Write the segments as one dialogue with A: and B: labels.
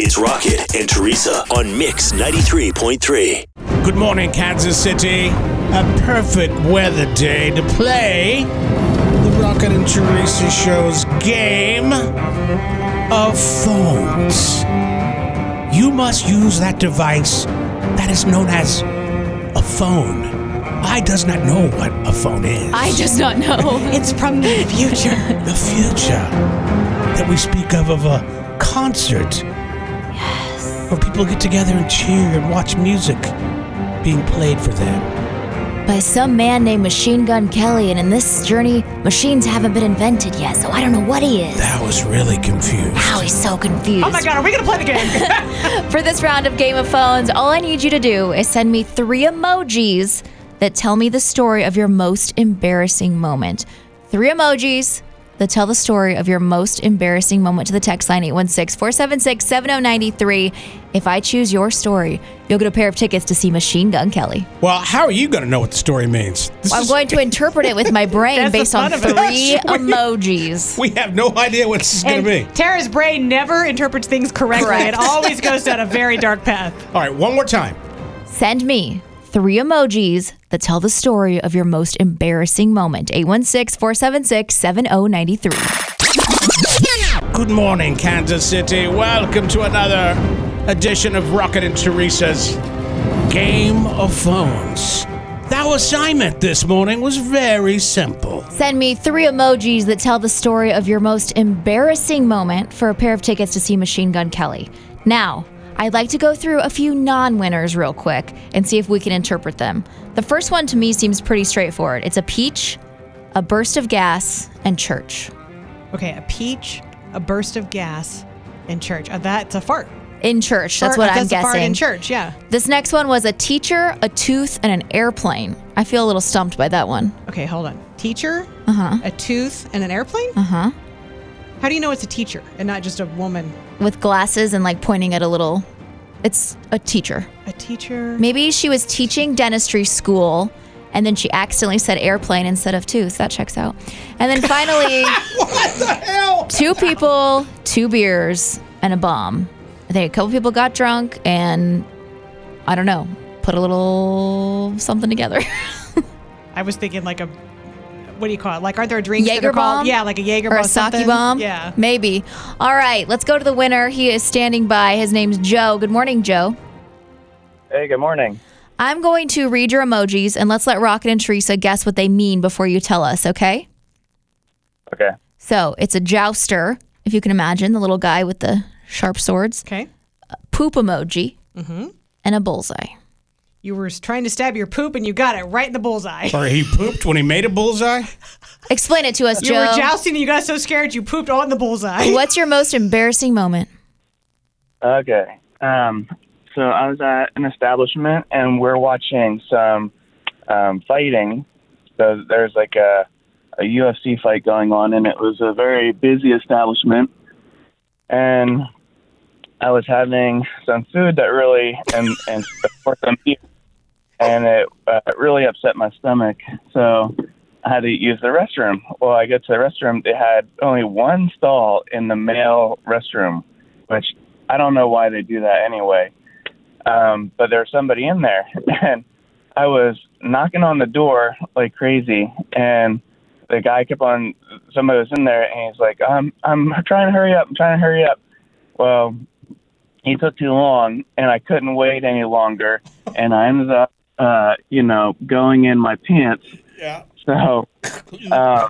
A: It's Rocket and Teresa on Mix 93.3.
B: Good morning, Kansas City. A perfect weather day to play the Rocket and Teresa Show's game of phones. You must use that device that is known as a phone. I does not know what a phone is.
C: I does not know.
D: It's from the future.
B: the future that we speak of of a concert where people get together and cheer and watch music being played for them.
C: By some man named Machine Gun Kelly, and in this journey, machines haven't been invented yet, so I don't know what he is.
B: That was really confused.
C: Now he's so confused.
D: oh my god, are we gonna play the game?
C: For this round of Game of Phones, all I need you to do is send me three emojis that tell me the story of your most embarrassing moment. Three emojis that tell the story of your most embarrassing moment to the text line 816 476 7093. If I choose your story, you'll get a pair of tickets to see Machine Gun Kelly.
B: Well, how are you going to know what the story means? This
C: I'm
B: is-
C: going to interpret it with my brain
D: That's
C: based
D: the
C: on
D: fun of it.
C: three
B: That's right.
C: emojis.
B: We have no idea what this is going to be.
D: And Tara's brain never interprets things correctly. It always goes down a very dark path.
B: All right, one more time.
C: Send me three emojis that tell the story of your most embarrassing moment. 816 476 7093.
B: Good morning, Kansas City. Welcome to another edition of Rocket and Teresa's Game of Phones. That assignment this morning was very simple.
C: Send me three emojis that tell the story of your most embarrassing moment for a pair of tickets to see Machine Gun Kelly. Now, I'd like to go through a few non winners real quick and see if we can interpret them. The first one to me seems pretty straightforward it's a peach, a burst of gas, and church.
D: Okay, a peach, a burst of gas, and church. Uh, that's a fart.
C: In church, that's
D: Fart-
C: what I'm
D: that's a fart
C: guessing.
D: in church, yeah.
C: This next one was a teacher, a tooth, and an airplane. I feel a little stumped by that one.
D: Okay, hold on. Teacher, uh-huh. a tooth, and an airplane? Uh
C: Uh-huh.
D: huh. How do you know it's a teacher and not just a woman?
C: With glasses and like pointing at a little. It's a teacher.
D: A teacher.
C: Maybe she was teaching dentistry school and then she accidentally said airplane instead of tooth. That checks out. And then finally,
B: What the hell?
C: two people, two beers, and a bomb. I think a couple people got drunk and I don't know, put a little something together.
D: I was thinking like a, what do you call it? Like, aren't there drinks that
C: Jaeger
D: are called?
C: bomb?
D: Yeah, like a Jaeger
C: or
D: bomb.
C: a sake
D: something?
C: bomb.
D: Yeah.
C: maybe. All right, let's go to the winner. He is standing by. His name's Joe. Good morning, Joe.
E: Hey, good morning.
C: I'm going to read your emojis and let's let Rocket and Teresa guess what they mean before you tell us. Okay.
E: Okay.
C: So it's a jouster, if you can imagine, the little guy with the sharp swords,
D: Okay.
C: poop emoji,
D: Mm-hmm.
C: and a bullseye.
D: You were trying to stab your poop and you got it right in the bullseye.
B: Or he pooped when he made a bullseye?
C: Explain it to us,
D: You were
C: Joe.
D: jousting and you got so scared you pooped on the bullseye.
C: What's your most embarrassing moment?
E: Okay. Um, so I was at an establishment and we're watching some um, fighting. So there's like a, a UFC fight going on, and it was a very busy establishment. And I was having some food that really, and, and of course, some beer, and it uh, really upset my stomach. So I had to use the restroom. Well, I get to the restroom, they had only one stall in the male restroom, which I don't know why they do that anyway. Um, but there was somebody in there, and I was knocking on the door like crazy, and the guy kept on. Somebody was in there, and he's like, "I'm I'm trying to hurry up. I'm trying to hurry up." Well, he took too long, and I couldn't wait any longer, and I ended up, uh, you know, going in my pants.
B: Yeah.
E: So, um,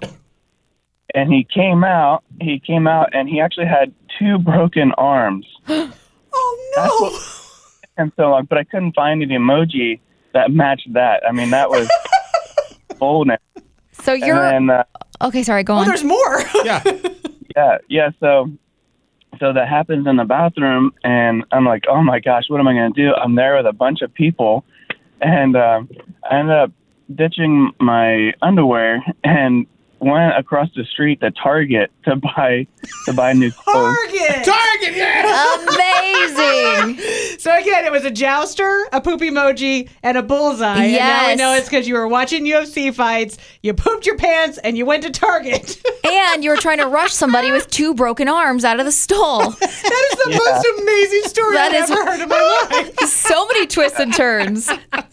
E: and he came out. He came out, and he actually had two broken arms.
D: Oh no!
E: That's what and so on, but I couldn't find an emoji that matched that. I mean, that was boldness.
C: So
E: And
C: you're
E: then, uh,
C: okay. Sorry, go
D: Oh,
C: on.
D: there's more.
B: Yeah.
E: yeah, yeah. So, so that happens in the bathroom, and I'm like, oh my gosh, what am I going to do? I'm there with a bunch of people, and um, I ended up ditching my underwear and went across the street to Target to
C: Oh.
E: buy to buy new clothes.
D: Target.
B: Target, yeah!
C: Amazing.
D: So again, it was a jouster, a poop emoji, and a bullseye. And now we
C: Yes.
D: know it's because you were watching UFC fights, you pooped your pants, and you went to Target.
C: and you were trying to rush somebody with two broken arms out of the stall.
D: that is the most amazing story
C: That
D: I've
C: is-
D: ever heard in my life.
C: so many twists and turns.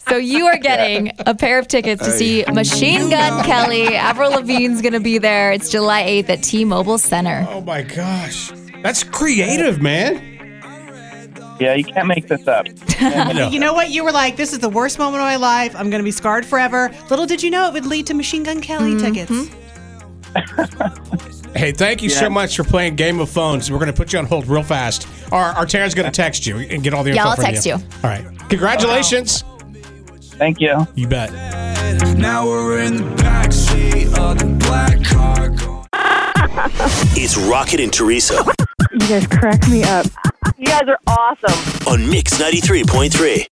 C: So you are getting a pair of tickets to see Machine Gun Kelly. Avril Lavigne's going to be there. It's July 8th at T-Mobile Center.
B: Oh my gosh. That's creative, man.
E: Yeah, you can't make this up.
D: You know what? You were like, this is the worst moment of my life. I'm going to be scarred forever. Little did you know it would lead to Machine Gun Kelly
C: Mm-hmm.
D: tickets.
B: Hey, thank you so much for playing Game of Phones. We're going to put you on hold real fast. Our, our Tara's going to text you and get all the
C: Yeah,
B: info
C: I'll
B: from
C: text you.
B: All right. Congratulations.
E: Thank you.
B: You bet.
F: Now we're in the backseat of the black car.
A: It's Rocket and Teresa
G: You guys crack me up.
H: You guys are awesome.
A: on Mix 93.3.